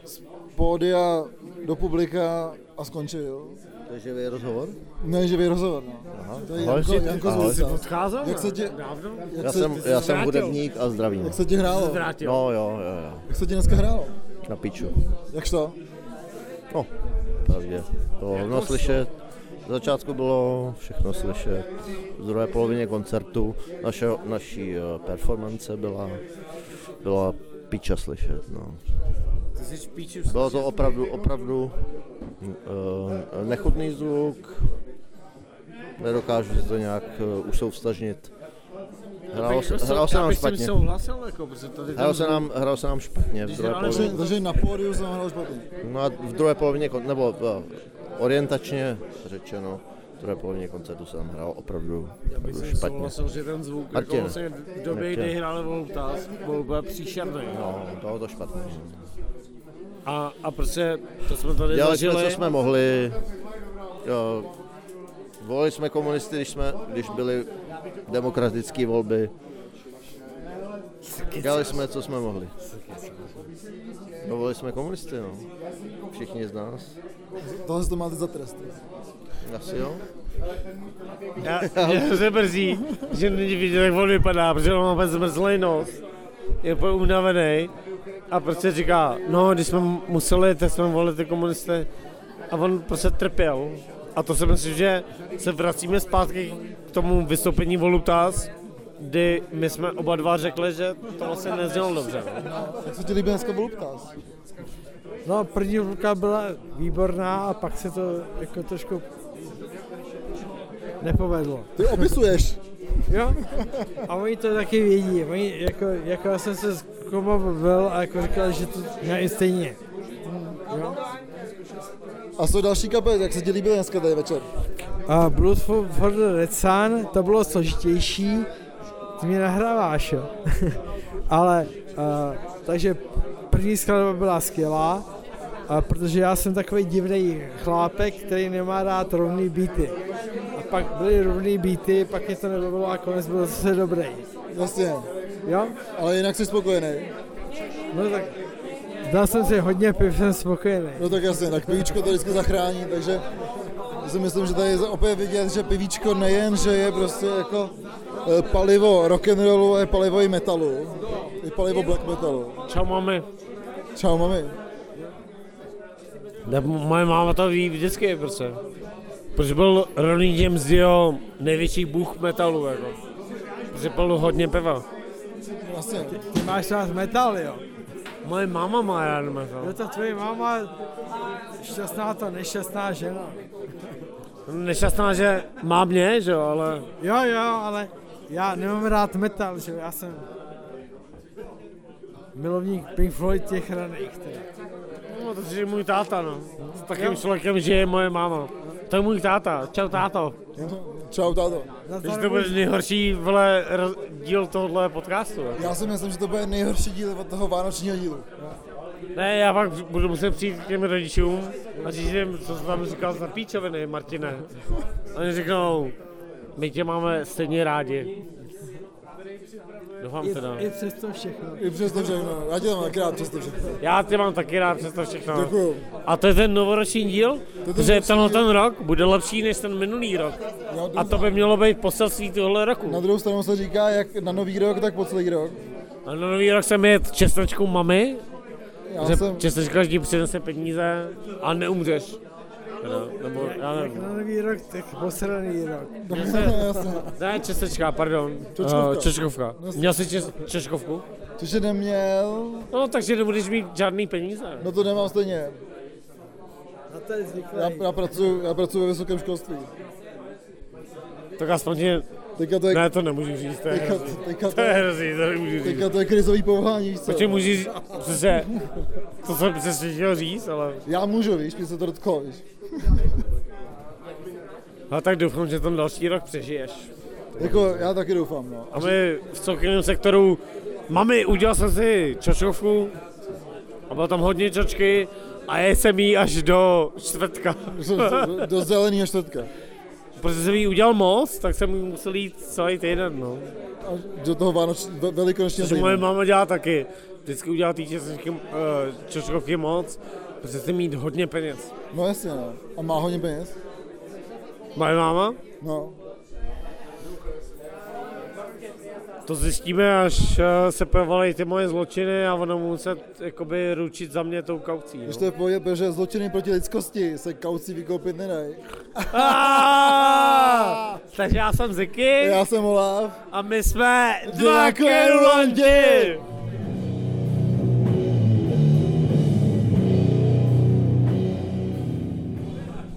Speaker 2: z pódia do publika a skončil.
Speaker 1: To je živý rozhovor?
Speaker 2: Ne, živý rozhovor, no. To je
Speaker 1: Ahoj,
Speaker 2: Janko,
Speaker 1: Štěpán.
Speaker 2: Janko
Speaker 1: Ahoj.
Speaker 2: Zvusa.
Speaker 3: Odcházel?
Speaker 2: Jak se ti,
Speaker 3: Dávno?
Speaker 2: jak
Speaker 1: Já
Speaker 2: se,
Speaker 1: jsem, já jsem
Speaker 3: vrátil.
Speaker 1: hudebník a zdravím.
Speaker 2: jak se ti hrálo?
Speaker 3: Vrátil.
Speaker 1: No jo, jo, jo,
Speaker 2: Jak se ti dneska hrálo?
Speaker 1: na piču.
Speaker 2: Jak to?
Speaker 1: No, takže to hovno slyšet. V začátku bylo všechno slyšet. V druhé polovině koncertu naše, naší eh, performance byla, byla piča slyšet. No.
Speaker 3: Ty jsi píči
Speaker 1: Bylo to opravdu, opravdu eh, nechutný zvuk. Nedokážu si to nějak eh, usoustažnit. Hrálo
Speaker 3: prostě
Speaker 1: se, hrálo se nám špatně.
Speaker 3: souhlasil, jako, protože tady
Speaker 1: Hrálo se nám, hrálo se nám špatně v druhé
Speaker 3: hráli
Speaker 1: polovině.
Speaker 2: Takže na pódiu jsem hrál špatně.
Speaker 1: No a v druhé polovině, kon- nebo v, orientačně řečeno, v druhé polovině koncertu jsem hrál opravdu, opravdu
Speaker 3: Myslím,
Speaker 1: špatně.
Speaker 3: souhlasil, že ten zvuk
Speaker 1: Martin.
Speaker 3: jako vlastně v době, kdy
Speaker 1: Martin.
Speaker 3: hráli Voltas, byl úplně příšerný.
Speaker 1: No, bylo to špatně.
Speaker 3: A, a prostě to jsme tady
Speaker 1: Dělali jsme,
Speaker 3: zažili.
Speaker 1: co jsme mohli. Jo, volili jsme komunisty, když, jsme, když byly demokratické volby. Dělali jsme, co jsme mohli. No, volili jsme komunisty, no. Všichni z nás.
Speaker 2: Tohle si to máte za trest.
Speaker 1: Asi jo.
Speaker 3: Já, já se brzí, že není vidět, jak on vypadá, protože on má úplně zmrzlej nos, je úplně unavený a prostě říká, no, když jsme museli, tak jsme volili ty komunisty a on prostě trpěl. A to si myslím, že se vracíme zpátky k tomu vystoupení Voluptas, kdy my jsme oba dva řekli, že to vlastně neznělo dobře. no.
Speaker 2: Jak se ti líbí dneska Voluptas?
Speaker 7: No, první ruka byla výborná a pak se to jako trošku nepovedlo.
Speaker 2: Ty opisuješ.
Speaker 7: Jo? A oni to taky vědí. Oni, jako, jako já jsem se s Komo bavil a jako říkal, že to já i stejně. Jo?
Speaker 2: A jsou další kapely, jak se ti líbí dneska tady večer?
Speaker 7: A Blues for, for the Red Sun, to bylo složitější, ty mě nahráváš, jo. *laughs* Ale, uh, takže první skladba byla skvělá, a protože já jsem takový divný chlápek, který nemá rád rovný beaty. A pak byly rovný beaty, pak mě to nebavilo a konec byl zase dobrý.
Speaker 2: Jasně,
Speaker 7: Jo?
Speaker 2: ale jinak jsi spokojený.
Speaker 7: No tak dal jsem si hodně piv, jsem spokojený.
Speaker 2: No tak jasně, tak pivíčko to vždycky zachrání, takže si myslím, že tady je opět vidět, že pivíčko nejen, že je prostě jako eh, palivo rock'n'rollu, je palivo i metalu. I palivo black metalu.
Speaker 3: Čau, mami.
Speaker 2: Čau mami.
Speaker 3: Ne, moje máma to ví vždycky, prostě. Protože byl Ronnie James Dio největší bůh metalu, jako. Protože pil hodně piva.
Speaker 2: Jasně.
Speaker 7: Ty máš rád metal, jo?
Speaker 3: Moje máma má rád metal.
Speaker 7: Jo, ta tvoje máma, šťastná to nešťastná žena.
Speaker 3: Nešťastná, že má mě, že jo, ale...
Speaker 7: Jo, jo, ale já nemám rád metal, že jo, já jsem milovník Pink Floyd těch raných. Teda.
Speaker 3: No, to je můj táta, no. S takovým člověkem žije moje máma. To je můj táta. Čau, táto.
Speaker 2: Čau táto.
Speaker 3: Když to bude nejhorší, vole, roz- díl tohohle podcastu. jo.
Speaker 2: Já si myslím, že to bude nejhorší díl od toho vánočního dílu.
Speaker 3: Ne, já pak budu muset přijít k těm rodičům a říct jim, co jsem tam říkal za píčoviny, Martine. A oni řeknou, my tě máme stejně rádi. Doufám teda.
Speaker 7: I, I přes to všechno.
Speaker 2: I přesto všechno. Já tě tam taky rád přesto všechno.
Speaker 3: Já tě mám taky rád přes to všechno.
Speaker 2: Děkuju.
Speaker 3: A to je ten novoroční díl, že tenhle ten rok bude lepší než ten minulý rok.
Speaker 2: Já jdu
Speaker 3: A to by mělo být poselství tohle
Speaker 2: Na
Speaker 3: roku.
Speaker 2: druhou stranu se říká, jak na nový rok, tak po celý rok.
Speaker 3: A na nový rok jsem jet česnačku mami,
Speaker 2: Já
Speaker 3: že
Speaker 2: jsem...
Speaker 3: česnačka ti přinese peníze a neumřeš. Teda, nebo já
Speaker 7: Jak
Speaker 3: nevím.
Speaker 7: na nový rok, tak posraný rok.
Speaker 2: *laughs* Jasně.
Speaker 3: Ne, česečka, pardon.
Speaker 2: Čočkovka.
Speaker 3: Eh, Čočkovka.
Speaker 2: No,
Speaker 3: Měl jsi čes, čočkovku?
Speaker 2: Což je neměl,
Speaker 3: No, takže nebudeš mít žádný peníze.
Speaker 2: no to nemám stejně.
Speaker 7: A to je
Speaker 2: Já,
Speaker 7: zvyklý.
Speaker 2: já, pracuji, já pracuji ve vysokém školství.
Speaker 3: Tak aspoň je...
Speaker 2: Teďka to je,
Speaker 3: Ne, to nemůžu říct, to je
Speaker 2: teďka,
Speaker 3: hrozný.
Speaker 2: teďka,
Speaker 3: To
Speaker 2: to
Speaker 3: je
Speaker 2: je,
Speaker 3: hrozný, to nemůžu říct.
Speaker 2: teďka to je krizový povolání, víš co?
Speaker 3: Počkej, můžu říct, přesně, to jsem přesně chtěl říct, ale...
Speaker 2: Já můžu, víš, mě se to dotklo, víš.
Speaker 3: A No, tak doufám, že ten další rok přežiješ.
Speaker 2: Jako, já taky doufám, no.
Speaker 3: A my v celkovém sektoru... Mami, udělal jsem si čočkovku. A bylo tam hodně čočky. A je jsem jí až do čtvrtka.
Speaker 2: Do- Do zeleného čtvrtka.
Speaker 3: Protože jsem jí udělal moc, tak jsem jí musel jít celý týden, no.
Speaker 2: A do toho vánoč, ve- velikonočního
Speaker 3: Což moje
Speaker 2: týdne.
Speaker 3: máma dělá taky. Vždycky udělá ty česničky, eh, čočkovky moc, protože chce mít hodně peněz.
Speaker 2: No jasně, no. A má hodně peněz?
Speaker 3: Moje máma?
Speaker 2: No.
Speaker 3: To zjistíme, až eh, se provalí ty moje zločiny a ono muset jakoby ručit za mě tou kaucí.
Speaker 2: Když to
Speaker 3: No.
Speaker 2: je v pohodě, protože zločiny proti lidskosti se kaucí vykoupit nedají.
Speaker 3: Aaaa! Ah! Takže já jsem Ziky
Speaker 2: Já jsem Olaf.
Speaker 3: a my jsme
Speaker 2: Dva
Speaker 3: dva kerulanti!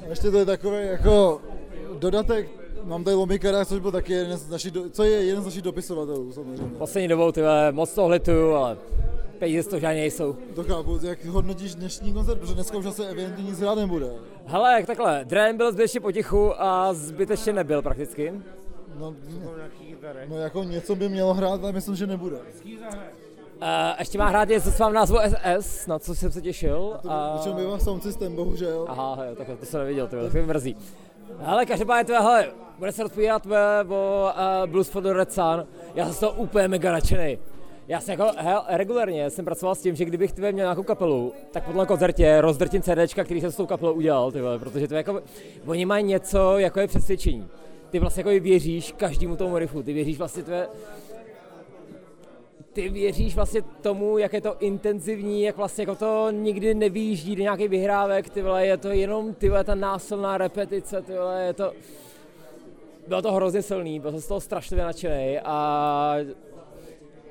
Speaker 2: A ještě to je takový jako dodatek. Mám tady Lomikara, což byl taky jeden z našich, do- co je jeden z našich dopisovatelů, samozřejmě.
Speaker 4: Poslední dobou, ty vole, moc to hlituju, ale peníze z toho žádné nejsou.
Speaker 2: To chápu, jak hodnotíš dnešní koncert, protože dneska už asi evidentně nic hrát nebude.
Speaker 4: Hele, jak takhle, Drém byl zbytečně potichu a zbytečně nebyl prakticky.
Speaker 2: No, no jako něco by mělo hrát, ale myslím, že nebude.
Speaker 4: Uh, ještě má hrát něco s vám názvu SS, na co jsem se těšil.
Speaker 2: To
Speaker 4: a-
Speaker 2: uh... Čem bývá sound system, bohužel.
Speaker 4: Aha, jo, tak to jsem neviděl, to, to mě mrzí. Ale každopádně to je, hele, bude se rozpovídat ve- o uh, Blues for the Red Sun. Já jsem z toho úplně mega nadšený. Já jsem jako, hel, regulérně jsem pracoval s tím, že kdybych tvé měl nějakou kapelu, tak po tom koncertě rozdrtím CDčka, který jsem s tou kapelou udělal, ty vole, protože to je jako, oni mají něco, jako je přesvědčení. Ty vlastně jako věříš každému tomu riffu, ty věříš vlastně tvé, ty věříš vlastně tomu, jak je to intenzivní, jak vlastně jako to nikdy nevýjíždí do nějakých vyhrávek, ty vole, je to jenom ty vole, ta násilná repetice, ty vole, je to... Bylo to hrozně silný, byl jsem z toho strašlivě nadšený a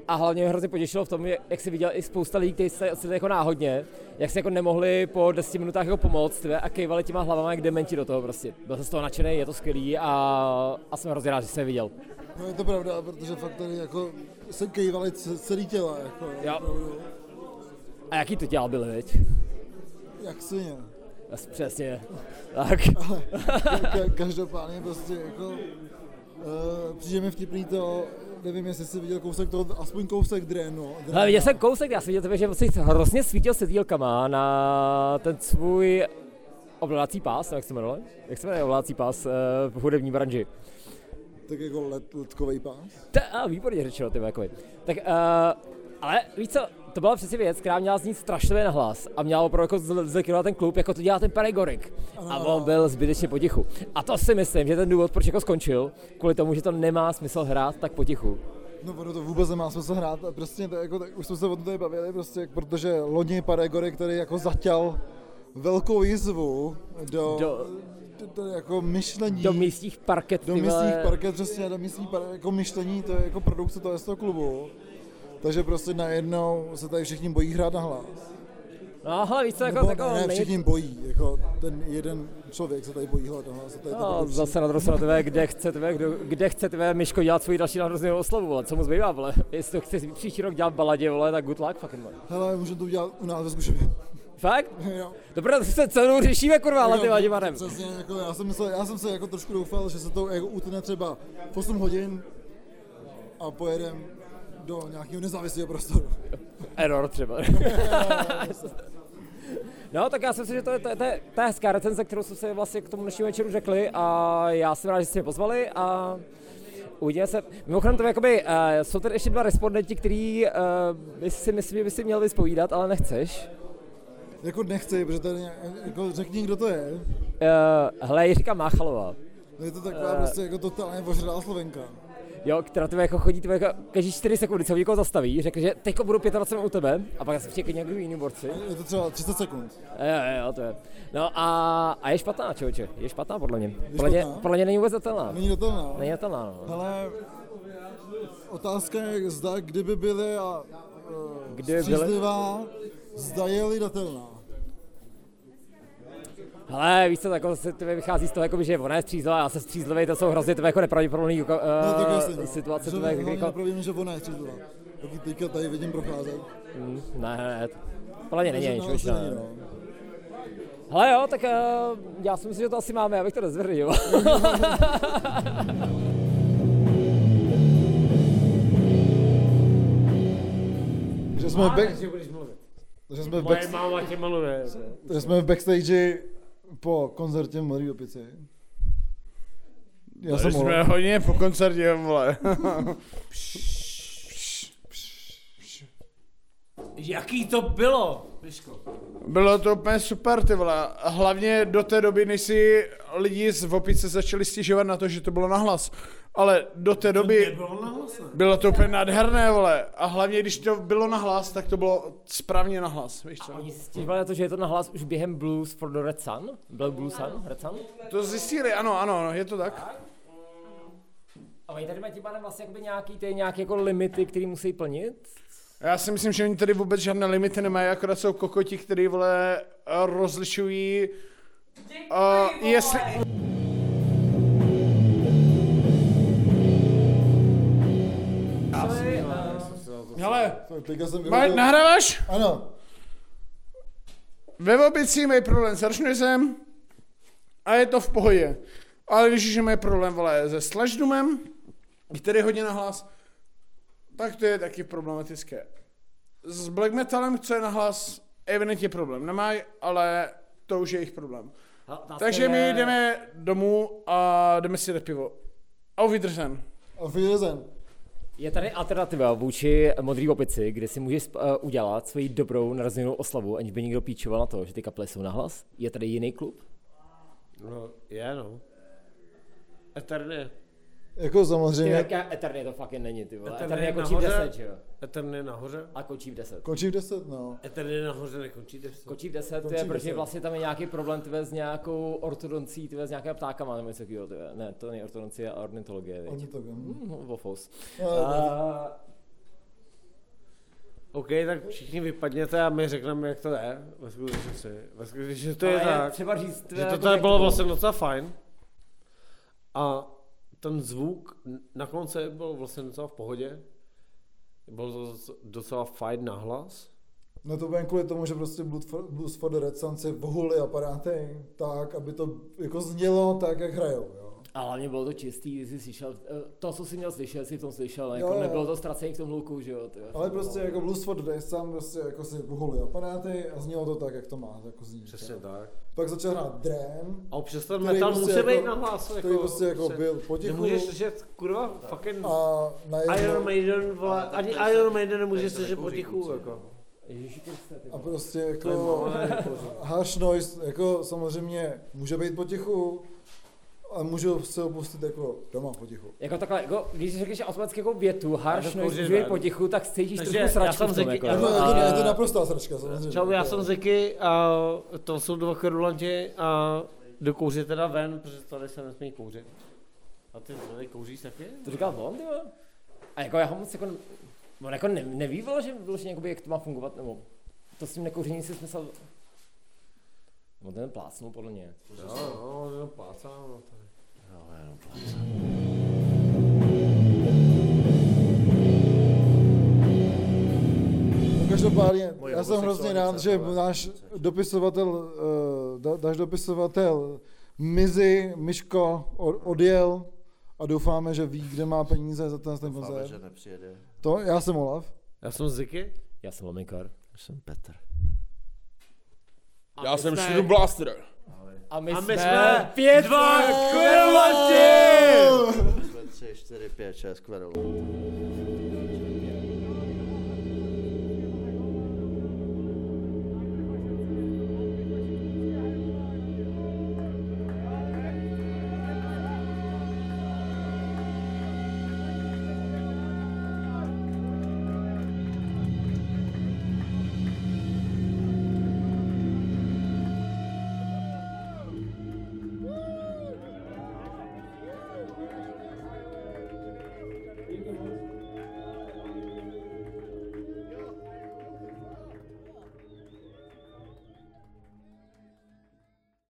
Speaker 4: a hlavně mě hrozně potěšilo v tom, jak- jak si viděl i spousta lidí, kteří se ocitli jako náhodně, jak se jako nemohli po 10 minutách jako pomoct tve, a kejvali těma hlavama jak dementi do toho prostě. Byl jsem z toho nadšený, je to skvělý a, a jsem hrozně rád, že jsem je viděl.
Speaker 2: No, je to pravda, protože fakt tady jako se kejvaly ce- celý těla, jako,
Speaker 4: Jo.
Speaker 2: opravdu.
Speaker 4: A jaký to těla byly, veď?
Speaker 2: jak svině.
Speaker 4: As- Přesně. Tak.
Speaker 2: Ka- Každopádně prostě jako uh, přijde mi vtipný to, nevím, jestli jsi viděl kousek toho, aspoň kousek drénu.
Speaker 4: Hele, No, viděl jsem kousek, já jsem viděl tebe, že jsi hrozně svítil světílkama na ten svůj ovládací pás, nebo jak se jmenuje? Jak se jmenuje ovládací pás eh, v hudební branži?
Speaker 2: Tak jako let, letkovej pás.
Speaker 4: Ta, a výborně řečeno, ty jako. Tak, uh, ale víš co, to byla přesně věc, která měla znít strašlivě na hlas a měla opravdu jako zl- zlikvidovat ten klub, jako to dělá ten Paregorik. A on byl zbytečně potichu. A to si myslím, že ten důvod, proč jako skončil, kvůli tomu, že to nemá smysl hrát tak potichu.
Speaker 2: No ono to vůbec nemá smysl hrát, a prostě to, jako, tak, už jsme se o tom tady bavili, prostě, protože loni Paregory, který jako zaťal velkou jizvu do,
Speaker 4: Do-
Speaker 2: do, do, do jako myšlení.
Speaker 4: Do místních parket,
Speaker 2: Do
Speaker 4: ty vole.
Speaker 2: místních parket, přesně, do místní par- jako myšlení, to je jako produkce toho, z toho klubu. Takže prostě najednou se tady všichni bojí hrát na hlas.
Speaker 4: No, hele, víš co, jako,
Speaker 2: Nebo
Speaker 4: jako
Speaker 2: ne,
Speaker 4: nej-
Speaker 2: všichni bojí, jako ten jeden člověk se tady bojí hrát na hlas. a to je to
Speaker 4: No,
Speaker 2: produkce.
Speaker 4: zase na druhou stranu tvé, kde chce tvé, kdo, kde chce tvé Miško dělat svůj další narozenou oslavu, vole, co mu zbývá, vole. Jestli to chce příští rok dělat v baladě, vole, tak good luck, fucking vole.
Speaker 2: Hele, můžeme to udělat u nás ve zkušení.
Speaker 4: Fakt?
Speaker 2: *laughs* Jo.
Speaker 4: Dobré, to se celou řešíme, kurva, ale ty
Speaker 2: Jo,
Speaker 4: vadí marem.
Speaker 2: Přesně, jako já jsem, myslel, já jsem se jako trošku doufal, že se to jako utne třeba v 8 hodin a pojedem do nějakého nezávislého prostoru.
Speaker 4: Error třeba. No, tak já si myslím, že to je, to, je, to, je, to je hezká recenze, kterou jsme se vlastně k tomu dnešnímu večeru řekli a já jsem rád, že jste mě pozvali a uvidíme se. Mimochodem, to je jakoby, uh, jsou tady ještě dva respondenti, který uh, si myslím, že by si měl vyspovídat, ale nechceš.
Speaker 2: Jako nechci, protože tady jako řekni, kdo to je.
Speaker 4: Uh, hele, Jiříka Máchalová.
Speaker 2: No je to taková
Speaker 4: Eh.
Speaker 2: uh, prostě jako totálně ožralá Slovenka.
Speaker 4: Jo, která tebe jako chodí, tebe jako každý 4 sekundy se u někoho zastaví, řekne, že teďko budu 25 u tebe a pak asi přijde k nějakým jiným borci. Jo,
Speaker 2: Je to třeba 30 sekund.
Speaker 4: jo, jo, to je. No a, a je špatná, člověče, je špatná podle mě. Podle mě,
Speaker 2: špatná?
Speaker 4: podle mě není vůbec zatelná.
Speaker 2: Není do toho,
Speaker 4: Není
Speaker 2: no.
Speaker 4: zatelná, no.
Speaker 2: Ale otázka je, zda kdyby byly a uh,
Speaker 4: Kdyby byly?
Speaker 2: střízlivá, zda je lidatelná.
Speaker 4: Hele, víš co, tak jako se tebe vychází z toho, jakoby, že ona je střízlivá, já jsem střízlivý, to jsou hrozně tebe jako nepravděpodobný uh,
Speaker 2: No tak jasně, no.
Speaker 4: situace.
Speaker 2: že
Speaker 4: Tebe,
Speaker 2: hlavně
Speaker 4: jako, jako,
Speaker 2: neprobím, že ona je střízlivá. Pokud teďka tady vidím procházet.
Speaker 4: Mm, ne, ne, ne. Podle mě není,
Speaker 2: Takže
Speaker 4: není,
Speaker 2: to
Speaker 4: člověče,
Speaker 2: asi není,
Speaker 4: ne.
Speaker 2: no.
Speaker 4: Hele jo, tak uh, já si myslím, že to asi máme, abych to nezveřejil.
Speaker 2: Takže jsme, v back,
Speaker 6: Takže budeš mluvit.
Speaker 2: takže jsme, v
Speaker 6: Moje
Speaker 2: back,
Speaker 6: máma tě maluje.
Speaker 2: takže jsme v backstage po koncertě Mladý opici. Já jsem
Speaker 5: Jsme
Speaker 2: mohl.
Speaker 5: hodně po koncertě, vole.
Speaker 6: Jaký to bylo, Piško?
Speaker 5: Bylo to úplně super, ty vole. Hlavně do té doby, než si lidi z Vopice začali stěžovat na to, že to bylo nahlas. Ale do té doby
Speaker 6: Bylo nahlasné.
Speaker 5: bylo to úplně nádherné, vole. A hlavně, když to bylo nahlas, tak to bylo správně nahlas, víš co?
Speaker 4: Oni si stěžovali na to, že je to na hlas už během Blues for the Red Sun? Byl Blues Sun? Red Sun?
Speaker 5: To zjistili, ano, ano, ano, je to tak.
Speaker 4: A oni tady mají tím pádem vlastně jakoby nějaký, ty, nějaký jako limity, které musí plnit?
Speaker 5: Já si myslím, že oni tady vůbec žádné limity nemají, akorát jsou kokoti, který, vole, rozlišují, uh, jestli,
Speaker 4: Asi,
Speaker 5: Hele,
Speaker 2: Teďka jsem
Speaker 5: Bajt,
Speaker 2: vyhodil-
Speaker 5: nahráváš?
Speaker 2: Ano,
Speaker 5: Ve Vobicích mají problém s Aršnoizem a je to v pohodě. Ale když mají problém vole, se Slashdumem, který je hodně nahlas, tak to je taky problematické. S black metalem, co je nahlas, evidentně problém nemají, ale to už je jejich problém. Takže my jdeme domů a jdeme si dát pivo. Au vydrzen.
Speaker 2: a vyjezen.
Speaker 4: Je tady alternativa vůči modrý opici, kde si můžeš uh, udělat svoji dobrou narozeninovou oslavu, aniž by někdo píčoval na to, že ty kaple jsou nahlas. Je tady jiný klub?
Speaker 6: No, je no. Eterny.
Speaker 2: Jako
Speaker 4: Ty
Speaker 2: samozřejmě,
Speaker 4: jaká Eterny to fucking není, ty vole.
Speaker 6: Eterny
Speaker 4: Eterny je
Speaker 6: je
Speaker 4: kočí v
Speaker 6: nahoře.
Speaker 4: 10, že jo?
Speaker 6: Eterny nahoře.
Speaker 4: A kočí v 10.
Speaker 2: končím 10, no.
Speaker 6: Eterny nahoře nekončí deset.
Speaker 4: Kočí v 10
Speaker 2: Kočí
Speaker 4: je,
Speaker 2: v
Speaker 4: protože
Speaker 2: 10.
Speaker 4: vlastně tam je nějaký problém tyve s nějakou ortodoncí, tyve s nějakými ptákama nebo něco takového, tyve. Ne, to není ortodoncie a ornitologie, viď?
Speaker 2: Oni to vím.
Speaker 4: Mhm, Vofous.
Speaker 2: No,
Speaker 4: A-
Speaker 6: OK, tak všichni vypadněte a my řekneme, jak to je. Ve skutečnosti. Ve skutečnosti že to je
Speaker 4: ale
Speaker 6: tak.
Speaker 4: Třeba říct, tyve,
Speaker 6: Že to
Speaker 4: jako
Speaker 6: tady
Speaker 4: jak
Speaker 6: bylo vlastně docela fajn. A ten zvuk na konci byl vlastně docela v pohodě. Byl to doc- docela fajn nahlas.
Speaker 2: No to bylo jen kvůli tomu, že prostě Blood for- Blues for the Red Sun si vohuli aparáty tak, aby to jako znělo tak, jak hrajou, jo.
Speaker 4: A hlavně bylo to čistý, ty jsi slyšel, eh, to, co jsi měl slyšet, si v tom slyšel,
Speaker 2: Jo,
Speaker 4: jako
Speaker 2: jo.
Speaker 4: nebylo to ztracený v tom hluku, že jo. ty jo.
Speaker 2: Ale prostě jako Blues for the Red Sun prostě jako si vohuli aparáty a znělo to tak, jak to má, jako znít.
Speaker 6: Přesně
Speaker 2: jo.
Speaker 6: tak.
Speaker 2: Pak začal hrát Dram,
Speaker 6: A občas ten
Speaker 2: Který
Speaker 6: metal
Speaker 2: prostě
Speaker 6: musí
Speaker 2: jako-
Speaker 6: být nahlas.
Speaker 2: který prostě jako byl potichu.
Speaker 6: Nemůžeš slyšet, kurva, fucking
Speaker 2: a
Speaker 6: Iron
Speaker 2: najednou,
Speaker 6: Maiden, vole, ani Iron Maiden nemůže slyšet potichu, jako.
Speaker 4: Ježiši Kriste, ty
Speaker 2: a
Speaker 4: vole.
Speaker 2: prostě jako *laughs* harsh noise, jako samozřejmě může být potichu, a můžu se opustit jako doma potichu.
Speaker 4: Jako takhle, jako, když řekneš automaticky jako větu, harš,
Speaker 6: to
Speaker 4: no,
Speaker 6: kouří
Speaker 4: když je
Speaker 6: ven.
Speaker 4: potichu, tak cítíš
Speaker 6: Takže
Speaker 4: trošku
Speaker 6: já
Speaker 4: sračku
Speaker 6: jsem
Speaker 4: v tom,
Speaker 6: řekl-
Speaker 4: jako,
Speaker 2: Je
Speaker 6: já
Speaker 4: no.
Speaker 2: to,
Speaker 6: jsem-
Speaker 2: je to, je to
Speaker 4: A-
Speaker 2: naprostá sračka, samozřejmě.
Speaker 6: Čau, já
Speaker 2: Jako-
Speaker 6: jsem Ziky a to jsou dva krulanti a jdu kouřit teda ven, protože tady se nesmí kouřit. A ty tady kouříš taky?
Speaker 4: To říkal on, ty vole? A jako já ho moc jako, on jako ne, neví, vole, že vyloženě, jakoby, jak to má fungovat, nebo to s tím nekouřením si smysl... On ten plácnul podle mě.
Speaker 6: No, no, jenom plácám. No, tady.
Speaker 2: Každopádně,
Speaker 8: Moje
Speaker 2: já jsem hrozně
Speaker 8: homosexualice,
Speaker 2: rád, že
Speaker 8: ale-
Speaker 2: náš dopisovatel, eh, da- náš dopisovatel Mizi, Miško, o- odjel a doufáme, že ví, kde má peníze za ten, ten
Speaker 8: Doufáme, že
Speaker 2: koncert.
Speaker 8: nepřijede.
Speaker 2: To, já jsem Olaf.
Speaker 6: Já jsem Ziky.
Speaker 4: Já jsem Lomikar.
Speaker 8: Já jsem Petr.
Speaker 9: Já jsem Shadow Blaster.
Speaker 4: A my,
Speaker 6: A my
Speaker 4: jsme...
Speaker 6: jsme pět dva krulanti!
Speaker 8: Jsme 3, 4, 5, 6, kvedou.